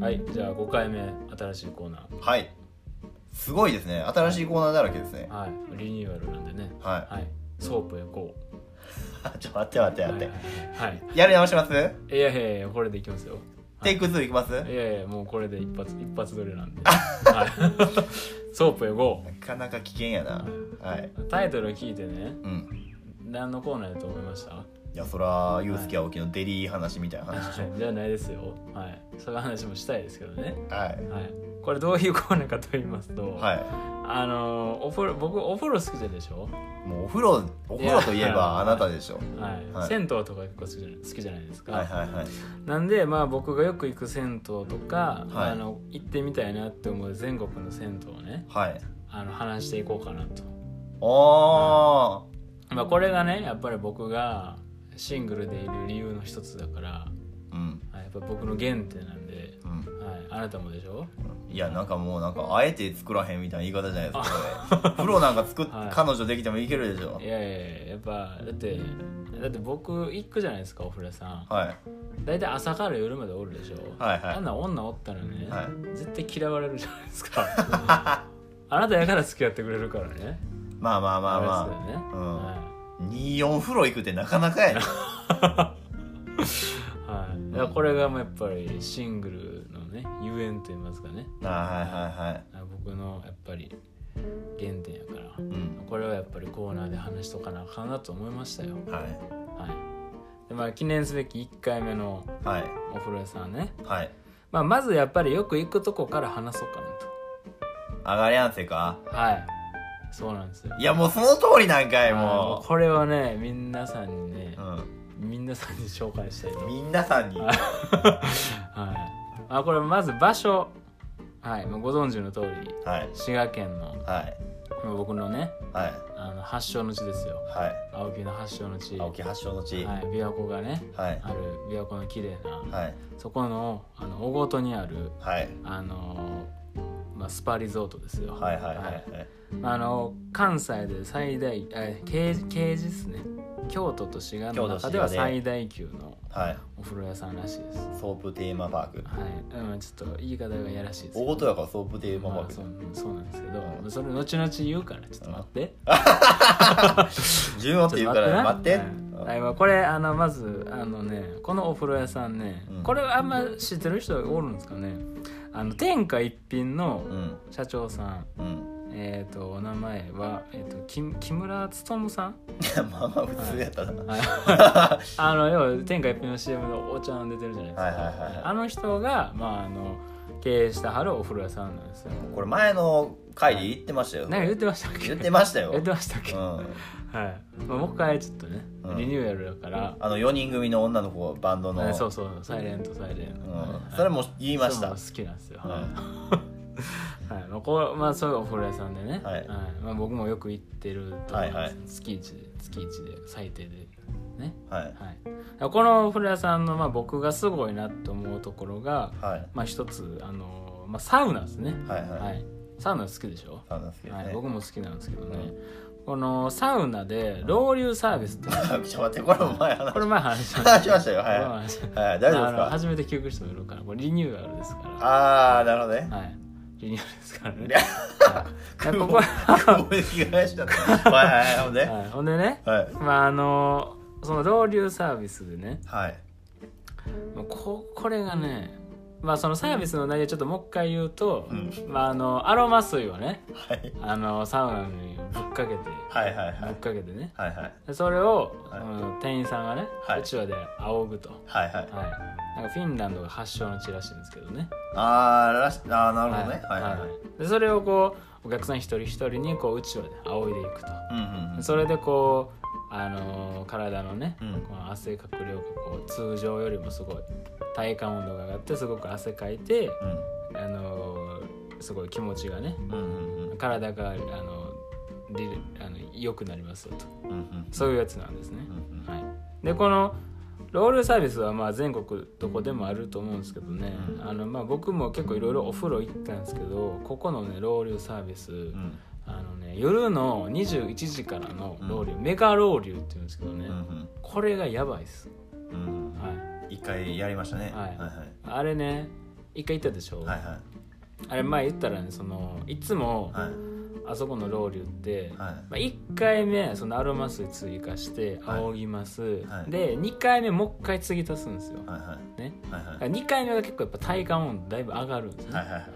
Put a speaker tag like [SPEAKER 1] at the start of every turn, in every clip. [SPEAKER 1] は5回目新しいコーナ
[SPEAKER 2] はいすごいですね新しいコーナーだらけですね
[SPEAKER 1] ー、はい、リニューアルなんでね、
[SPEAKER 2] は
[SPEAKER 1] はい、ソープへこう
[SPEAKER 2] い ちょっと待って待って待って、
[SPEAKER 1] はい、はい
[SPEAKER 2] やり直します、
[SPEAKER 1] いやいやいやこれでいきますよ
[SPEAKER 2] テイク2いきます
[SPEAKER 1] いやいやもうこれで一発一発撮りなんで、はい、 ソープへこ
[SPEAKER 2] なかなか危険やなはい、
[SPEAKER 1] うタイトル聞いてね
[SPEAKER 2] うん、
[SPEAKER 1] 何のコーナーだと思いました
[SPEAKER 2] いやそらユースケ青木のデリー話みたいな話でしょ
[SPEAKER 1] じゃないですよはいそういう話もしたいですけどね
[SPEAKER 2] はい
[SPEAKER 1] はいこれどういうコーナーかと言いますと、
[SPEAKER 2] は
[SPEAKER 1] あのーお風呂僕お風呂好きでしょ、
[SPEAKER 2] いもうお風呂お風呂といえ
[SPEAKER 1] いや
[SPEAKER 2] ばあなたでしょ
[SPEAKER 1] はい
[SPEAKER 2] はい
[SPEAKER 1] 銭湯とか結構好きじゃない好きじゃないですか、
[SPEAKER 2] はいはいはい
[SPEAKER 1] なんでまあ僕がよく行く銭湯とか、
[SPEAKER 2] はい
[SPEAKER 1] あの行ってみたいなって思う全国の銭湯をね
[SPEAKER 2] はい
[SPEAKER 1] あの話していこうかなと、
[SPEAKER 2] あ
[SPEAKER 1] まあ、これがねやっぱり僕がシングルでいる理由の一つだから
[SPEAKER 2] ーうん
[SPEAKER 1] はいやっぱ僕の原点なんで、
[SPEAKER 2] うん
[SPEAKER 1] はい、あなたもでしょ
[SPEAKER 2] いやなんかもうなんかあえて作らへんみたいな言い方じゃないですか これ風呂なんか作っ
[SPEAKER 1] はい
[SPEAKER 2] 彼女できてもいけるでしょ
[SPEAKER 1] いやいやいややっぱだってだって僕行くじゃないですかお風呂屋さん
[SPEAKER 2] はい
[SPEAKER 1] 大体朝から夜までおるでしょ、
[SPEAKER 2] はいはい
[SPEAKER 1] あんな女おったらね、
[SPEAKER 2] はい
[SPEAKER 1] 絶対嫌われるじゃないです かあなたやから付き合ってくれるからね
[SPEAKER 2] まあまあまあま
[SPEAKER 1] れですよね、
[SPEAKER 2] うん
[SPEAKER 1] はい
[SPEAKER 2] あ24風呂行くってなかなかやね
[SPEAKER 1] はい、だからこれがもうやっぱりシングルのねゆえんと言いますかね
[SPEAKER 2] あはいはいはい
[SPEAKER 1] あ僕のやっぱり原点やから
[SPEAKER 2] うん
[SPEAKER 1] これはやっぱりコーナーで話しとかなあかんなと思いましたよ
[SPEAKER 2] はい
[SPEAKER 1] はいでまあ記念すべき1回目の
[SPEAKER 2] はい
[SPEAKER 1] お風呂屋さんね、
[SPEAKER 2] はい
[SPEAKER 1] まあ、まずやっぱりよく行くとこから話そうかな
[SPEAKER 2] 上がりやんせか
[SPEAKER 1] とはいそうなんですよ
[SPEAKER 2] いやもうその通りなんか
[SPEAKER 1] は
[SPEAKER 2] い
[SPEAKER 1] いも
[SPEAKER 2] も
[SPEAKER 1] うこれはね皆さんにね
[SPEAKER 2] う、う
[SPEAKER 1] 皆さんに紹介したいと
[SPEAKER 2] んみんなさんにはい
[SPEAKER 1] はい、あこれまず場所はいもうご存知の通り
[SPEAKER 2] はい
[SPEAKER 1] 滋賀県の
[SPEAKER 2] はい
[SPEAKER 1] もう僕のね
[SPEAKER 2] はい
[SPEAKER 1] あの発祥の地ですよ
[SPEAKER 2] はい
[SPEAKER 1] 青木の発祥の地
[SPEAKER 2] 青木発祥の地
[SPEAKER 1] はい、琵琶湖がね
[SPEAKER 2] はい
[SPEAKER 1] ある琵琶湖の綺麗な、
[SPEAKER 2] はい
[SPEAKER 1] そこのあの小ごとにある
[SPEAKER 2] はい
[SPEAKER 1] あのーまあ、スパリゾートですよ
[SPEAKER 2] はいはいはいはい
[SPEAKER 1] あの関西で最大え刑事刑事ですね京都と滋賀の中では
[SPEAKER 2] 京都滋賀で
[SPEAKER 1] 最大級の
[SPEAKER 2] はい
[SPEAKER 1] お風呂屋さんらしいです
[SPEAKER 2] ソープテーマパーク
[SPEAKER 1] はい、うん、ちょっと言い方がやらしいですけ
[SPEAKER 2] 大
[SPEAKER 1] ど
[SPEAKER 2] 事やからソープテーマ
[SPEAKER 1] ま
[SPEAKER 2] パ
[SPEAKER 1] あ
[SPEAKER 2] ーク
[SPEAKER 1] そ
[SPEAKER 2] で
[SPEAKER 1] うそうなんですけど、
[SPEAKER 2] うん
[SPEAKER 1] それ後々言うからちょっと待って、
[SPEAKER 2] 自分はって
[SPEAKER 1] ち
[SPEAKER 2] 言
[SPEAKER 1] ょ
[SPEAKER 2] う
[SPEAKER 1] っ
[SPEAKER 2] か
[SPEAKER 1] と
[SPEAKER 2] ら
[SPEAKER 1] な
[SPEAKER 2] 待って
[SPEAKER 1] はいはいまあこれあのまずあのねこのお風呂屋さんね、
[SPEAKER 2] うん
[SPEAKER 1] これあんま知ってる人おるんですかねあの天下一品の
[SPEAKER 2] うん
[SPEAKER 1] 社長さん、
[SPEAKER 2] うん
[SPEAKER 1] えっ、とお名前は、えー、と木木村勉さん
[SPEAKER 2] いやまあまあ普通やったなはい
[SPEAKER 1] はいあの要は天下一品の CM のお茶飲んで出てるじゃないですか、
[SPEAKER 2] はいはいはい
[SPEAKER 1] あの人が、まあ、あの経営したはるお風呂屋さんなんですよ
[SPEAKER 2] これ前の回で言ってましたよ
[SPEAKER 1] なんか言ってましたっけ
[SPEAKER 2] 言ってましたよ
[SPEAKER 1] 言ってましたっけ、
[SPEAKER 2] う
[SPEAKER 1] はい、
[SPEAKER 2] ん
[SPEAKER 1] まあ、もう一回ちょっとね、
[SPEAKER 2] うん
[SPEAKER 1] リニューアルだから、
[SPEAKER 2] あの4人組の女の子バンドの
[SPEAKER 1] ねそうそうサイレントサイレン
[SPEAKER 2] う
[SPEAKER 1] ト、はい
[SPEAKER 2] んそれも言いまし
[SPEAKER 1] そう
[SPEAKER 2] た
[SPEAKER 1] 好きなんですよ、
[SPEAKER 2] うん
[SPEAKER 1] はいまあ、こうまあそういうお風呂屋さんでね、
[SPEAKER 2] はい
[SPEAKER 1] まあ、僕もよく行ってると思
[SPEAKER 2] は
[SPEAKER 1] う
[SPEAKER 2] い
[SPEAKER 1] ん
[SPEAKER 2] はい
[SPEAKER 1] です、月一で月一で最低でね
[SPEAKER 2] はい
[SPEAKER 1] はい、このお風呂屋さんの、まあ、僕がすごいなと思うところが、
[SPEAKER 2] はい
[SPEAKER 1] まあ、一つあの、まあ、サウナですね、
[SPEAKER 2] はいはい
[SPEAKER 1] はい、サウナ好きでしょ、
[SPEAKER 2] サウナ好きです
[SPEAKER 1] はい、
[SPEAKER 2] ね
[SPEAKER 1] 僕も好きなんですけどね、
[SPEAKER 2] うん
[SPEAKER 1] このサウナで老流サービスって、
[SPEAKER 2] ちょっと待ってこれも前 話
[SPEAKER 1] これ前話しました
[SPEAKER 2] 話しましたよは
[SPEAKER 1] こ
[SPEAKER 2] い
[SPEAKER 1] れ前
[SPEAKER 2] は
[SPEAKER 1] 話しまし
[SPEAKER 2] いはい大
[SPEAKER 1] たあ
[SPEAKER 2] 丈夫です
[SPEAKER 1] の
[SPEAKER 2] か
[SPEAKER 1] 初めて聞く人もいるからこれリニューアルですか
[SPEAKER 2] ああなるほどね
[SPEAKER 1] らはいリニューアルですからね
[SPEAKER 2] いや
[SPEAKER 1] はい
[SPEAKER 2] 雲
[SPEAKER 1] ここは
[SPEAKER 2] 雲に着替えしちゃったはいはいはいほんで
[SPEAKER 1] はいほんでね、
[SPEAKER 2] はい
[SPEAKER 1] まああのその老流サービスでね
[SPEAKER 2] はい
[SPEAKER 1] まあここれがねまあそのサービスの内容ちょっともう一回言うと、
[SPEAKER 2] うん
[SPEAKER 1] まああのアロマ水をね
[SPEAKER 2] はい
[SPEAKER 1] あのサウナにぶっかけて
[SPEAKER 2] はいはい
[SPEAKER 1] ぶ
[SPEAKER 2] は
[SPEAKER 1] っ
[SPEAKER 2] い
[SPEAKER 1] かけてね
[SPEAKER 2] はいはい
[SPEAKER 1] でそれを、
[SPEAKER 2] はい
[SPEAKER 1] うん店員さんがね、
[SPEAKER 2] はいう
[SPEAKER 1] ちわで仰ぐと、
[SPEAKER 2] はいはい
[SPEAKER 1] はい、なんかフィンランドが発祥の地らしいんですけどね
[SPEAKER 2] あーらしあーなるほどねはいはいはい
[SPEAKER 1] でそれをこうお客さん一人一人にこううちわで仰いでいくと
[SPEAKER 2] うんうんうん
[SPEAKER 1] それでこうあのー体のね、
[SPEAKER 2] うん
[SPEAKER 1] この汗かく量がこう通常よりもすごい体感温度が上がってすごく汗かいて、あのーすごい気持ちがね
[SPEAKER 2] うんうんうんうん
[SPEAKER 1] 体が、あのリレあの良くなりますよと
[SPEAKER 2] うんうん
[SPEAKER 1] そういうやつなんですね
[SPEAKER 2] う、んうん
[SPEAKER 1] はい、でこのロールサービスはまあ全国どこでもあると思うんですけどね、
[SPEAKER 2] うん
[SPEAKER 1] あのまあ僕も結構いろいろお風呂行ったんですけどここのねロールサービス、
[SPEAKER 2] うん
[SPEAKER 1] あのね夜の21時からのロウリュ、メガロウリュっていうんですけどね、
[SPEAKER 2] うん
[SPEAKER 1] これがやばいっす、
[SPEAKER 2] うんうん
[SPEAKER 1] はい、
[SPEAKER 2] 一回やりましたね
[SPEAKER 1] はい
[SPEAKER 2] はいはい
[SPEAKER 1] あれね一回行ったでしょ、
[SPEAKER 2] はいは
[SPEAKER 1] あれ前言ったらねそのいつも
[SPEAKER 2] いはい
[SPEAKER 1] あそこのロウリュって、
[SPEAKER 2] はい
[SPEAKER 1] まあ、1回目そのアロマ水追加して
[SPEAKER 2] はい
[SPEAKER 1] 仰ぎます、
[SPEAKER 2] はい
[SPEAKER 1] で2回目もう一回継ぎ足すんですよ、
[SPEAKER 2] はいは
[SPEAKER 1] ね、
[SPEAKER 2] いはいはい
[SPEAKER 1] 2回目は結構やっぱ体感温度だいぶ上がるんですね、
[SPEAKER 2] はいはいはい
[SPEAKER 1] い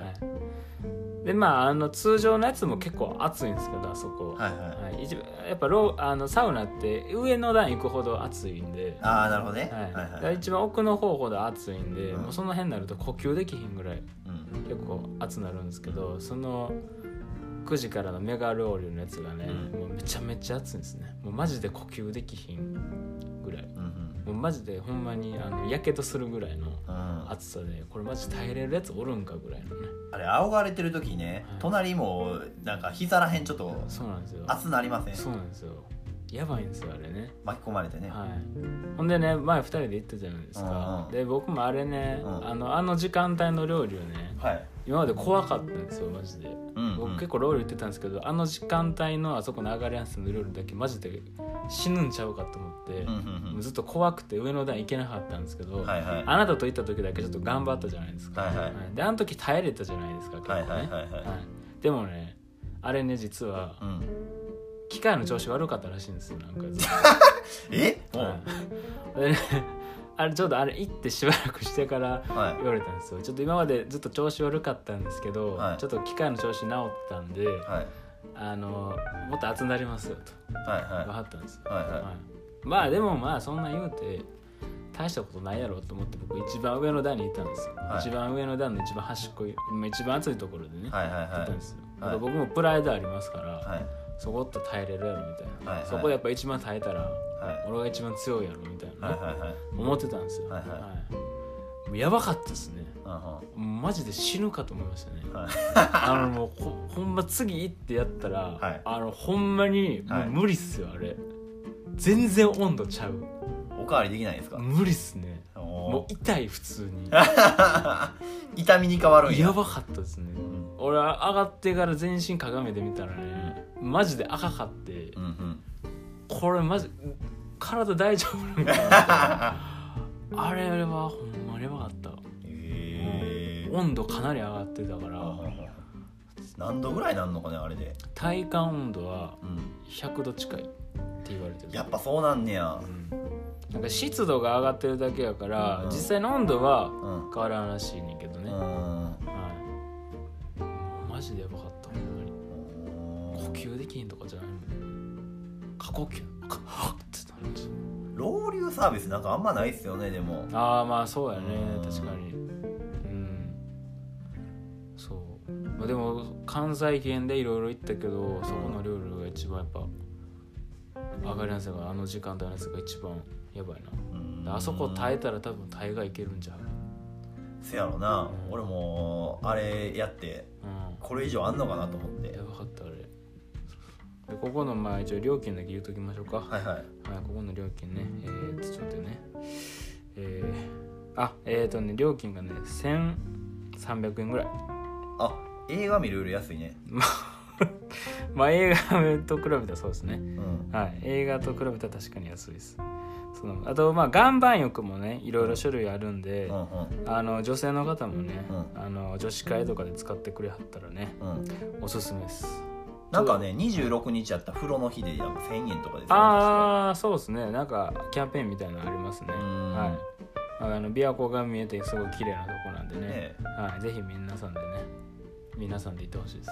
[SPEAKER 1] でまああの通常のやつも結構暑いんですけどあそこ
[SPEAKER 2] はいはい
[SPEAKER 1] はい一番やっぱローあのサウナって上の段行くほど暑いんで、
[SPEAKER 2] ああなるほどね
[SPEAKER 1] はい
[SPEAKER 2] はい
[SPEAKER 1] だ
[SPEAKER 2] は
[SPEAKER 1] から
[SPEAKER 2] い
[SPEAKER 1] 一番奥の方ほど暑いんで、
[SPEAKER 2] うん
[SPEAKER 1] もうその辺になると呼吸できひんぐらい
[SPEAKER 2] うん
[SPEAKER 1] 結構暑なるんですけどその9時からのメガローリュのやつがね、
[SPEAKER 2] うん
[SPEAKER 1] もうめちゃめちゃ暑いんですねもうマジで呼吸できひんぐらい
[SPEAKER 2] うんうん
[SPEAKER 1] もうマジでほんまにあのやけどするぐらいの
[SPEAKER 2] うん
[SPEAKER 1] 暑さでこれマジ耐えれるやつおるんかぐらいのね
[SPEAKER 2] あれ仰がれてる時ね
[SPEAKER 1] はい
[SPEAKER 2] 隣もなんか膝らへんちょっと
[SPEAKER 1] そうなんですよ
[SPEAKER 2] 熱なりません
[SPEAKER 1] そうなんですよやばいんですよあれね
[SPEAKER 2] 巻き込まれてね
[SPEAKER 1] はい、ほんでね前2人で行ったじゃないですか、
[SPEAKER 2] うんうん
[SPEAKER 1] で僕もあれね、
[SPEAKER 2] うん
[SPEAKER 1] あのあの時間帯の料理をね
[SPEAKER 2] はい
[SPEAKER 1] 今まで怖かったんですよマジで、
[SPEAKER 2] うん
[SPEAKER 1] 僕結
[SPEAKER 2] 構
[SPEAKER 1] 構ロール言ってたんですけどあの時間帯のあそこの上がりやすの料理だけマジで死ぬんちゃうかと思って、
[SPEAKER 2] うんうん
[SPEAKER 1] も
[SPEAKER 2] う
[SPEAKER 1] うんずっと怖くて上の段行けなかったんですけど、
[SPEAKER 2] はいはい
[SPEAKER 1] あなたと行った時だけちょっと頑張ったじゃないですか、
[SPEAKER 2] はいはい
[SPEAKER 1] であの時耐えれたじゃないですか結構
[SPEAKER 2] は
[SPEAKER 1] ね、
[SPEAKER 2] いはいはいは
[SPEAKER 1] はいでもねあれね実はい
[SPEAKER 2] うん
[SPEAKER 1] 機械の調子悪かったらしいんですよなんかずっと
[SPEAKER 2] えおう
[SPEAKER 1] はいでねあれちょっとあれ行ってしばらくしてから
[SPEAKER 2] はい
[SPEAKER 1] 言われたんですよちょっと今までずっと調子悪かったんですけど、
[SPEAKER 2] はい
[SPEAKER 1] ちょっと機械の調子治ったんで、
[SPEAKER 2] はい
[SPEAKER 1] あのもっと熱なりますよと
[SPEAKER 2] はい
[SPEAKER 1] 分か
[SPEAKER 2] は
[SPEAKER 1] ったんですよ、
[SPEAKER 2] はいはい
[SPEAKER 1] まあでもまあそんな言うて大したことないやろうと思って僕一番上の段にいたんですよ、
[SPEAKER 2] はい
[SPEAKER 1] 一番上の段の一番端っこいまあ一番暑いところでね、
[SPEAKER 2] いはいはい
[SPEAKER 1] い
[SPEAKER 2] は
[SPEAKER 1] たんですよ、だから
[SPEAKER 2] はい
[SPEAKER 1] 僕もプライドありますから、
[SPEAKER 2] いはい
[SPEAKER 1] そこっと耐えれるやろみたいな、
[SPEAKER 2] はいはい
[SPEAKER 1] そこでやっぱ一番耐えたら
[SPEAKER 2] はい
[SPEAKER 1] 俺が一番強いやろみたいなね、
[SPEAKER 2] はいはいはい
[SPEAKER 1] 思ってたんですよ、
[SPEAKER 2] はいはい
[SPEAKER 1] いもうやばかったですね
[SPEAKER 2] うんうん
[SPEAKER 1] もうマジで死ぬかと思いましたね
[SPEAKER 2] はい
[SPEAKER 1] あのもうほほんま次行ってやったら、
[SPEAKER 2] はい
[SPEAKER 1] あのほんまにも
[SPEAKER 2] は
[SPEAKER 1] う
[SPEAKER 2] い
[SPEAKER 1] 無理っすよあれ全然温度ちゃう
[SPEAKER 2] おかわりできないですか
[SPEAKER 1] 無理っすねも
[SPEAKER 2] お
[SPEAKER 1] う痛い普通 に
[SPEAKER 2] ー痛みに変わるんや
[SPEAKER 1] やばかったですね
[SPEAKER 2] うん
[SPEAKER 1] 俺上がってから全身鏡で見たらねマジで赤かって
[SPEAKER 2] うんうん
[SPEAKER 1] これマジ体大丈夫なんかな あれはほんまにやばかった
[SPEAKER 2] へー
[SPEAKER 1] 温度かなり上がってたから、
[SPEAKER 2] 何度ぐらいなんのかねあれで
[SPEAKER 1] 体感温度は
[SPEAKER 2] うん
[SPEAKER 1] 100度近いって言われてる
[SPEAKER 2] やっぱそうなんねや
[SPEAKER 1] うんなんか湿度が上がってるだけやから、
[SPEAKER 2] うん
[SPEAKER 1] 実際の温度は
[SPEAKER 2] うん
[SPEAKER 1] 変わらんらしいねんけど
[SPEAKER 2] う
[SPEAKER 1] ね、は
[SPEAKER 2] ん
[SPEAKER 1] いマジでやばかったほんまに呼吸できへんとかじゃないもん過呼吸かはっってなるんですよ
[SPEAKER 2] 老流サービスなんかあんまないっすよねでも
[SPEAKER 1] ああまあそうやね
[SPEAKER 2] うん
[SPEAKER 1] 確かにうんそう、まあ、でも関西圏でいろいろ行ったけどそこの料理が一番やっぱ上がりなんすよあの時間帯のやつが一番やばいなあそこ耐えたら多分大概いけるんじゃう
[SPEAKER 2] せやろな俺もあれやって
[SPEAKER 1] う
[SPEAKER 2] これ以上あんのかなと思っ
[SPEAKER 1] ん
[SPEAKER 2] て
[SPEAKER 1] やばかったあれでここのまあ一応料金だけ言うときましょうか
[SPEAKER 2] はいはい
[SPEAKER 1] はい、ここの料金ね、えー、ちょっと待ってね、えー、あえっ、ー、とね、料金がね、1300円ぐらい。
[SPEAKER 2] あ映画見るより安いね
[SPEAKER 1] まあまあ、映画と比べたらそうですね。
[SPEAKER 2] うん
[SPEAKER 1] はい、映画と比べたら確かに安いです。そのあと、まあ、岩盤浴もね、いろいろ種類あるんで、
[SPEAKER 2] うんうん
[SPEAKER 1] あの女性の方もね、
[SPEAKER 2] う
[SPEAKER 1] あの女子会とかで使ってくれはったらね、
[SPEAKER 2] うん
[SPEAKER 1] おすすめです。
[SPEAKER 2] なんかね26日やった風呂の日でなんか1000円とかですよ
[SPEAKER 1] ああ、そうですね、なんかキャンペーンみたいなのありますね。
[SPEAKER 2] うん
[SPEAKER 1] はい、あの琵琶湖が見えてすごい綺麗なとこなんでね
[SPEAKER 2] 確かね
[SPEAKER 1] はい、ぜひ皆さんでね皆さんで行ってほしいです、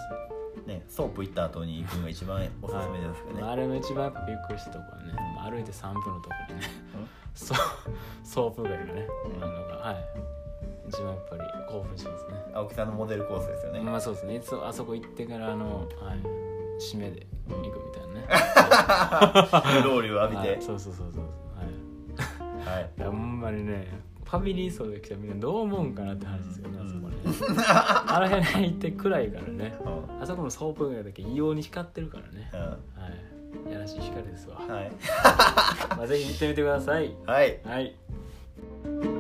[SPEAKER 2] ねソープ行った後に行くのが一番おすすめですけどね、
[SPEAKER 1] まああれの一番びっくりしたとこはね、まあ歩いて3分のとこにねそうソープ街がね、
[SPEAKER 2] うん
[SPEAKER 1] あのがはい一番やっぱり興奮しますね
[SPEAKER 2] 青木さんのモデルコースですよね、
[SPEAKER 1] まあそうですねいつもあそこ行ってからあの、はい、締めで行くみたいなね
[SPEAKER 2] ローリュを浴びて
[SPEAKER 1] は、いそうそうそうそうはい
[SPEAKER 2] はい、
[SPEAKER 1] いやほんまにねファミリー層で来たらみんなどう思うんかなって話ですよね、あそこねあの辺行って暗いからね
[SPEAKER 2] うん
[SPEAKER 1] あそこのソープ街だけ異様に光ってるからね
[SPEAKER 2] う
[SPEAKER 1] はいやらしい光ですわ
[SPEAKER 2] んはい
[SPEAKER 1] まあ、ぜひ行ってみてください。
[SPEAKER 2] はい
[SPEAKER 1] はい。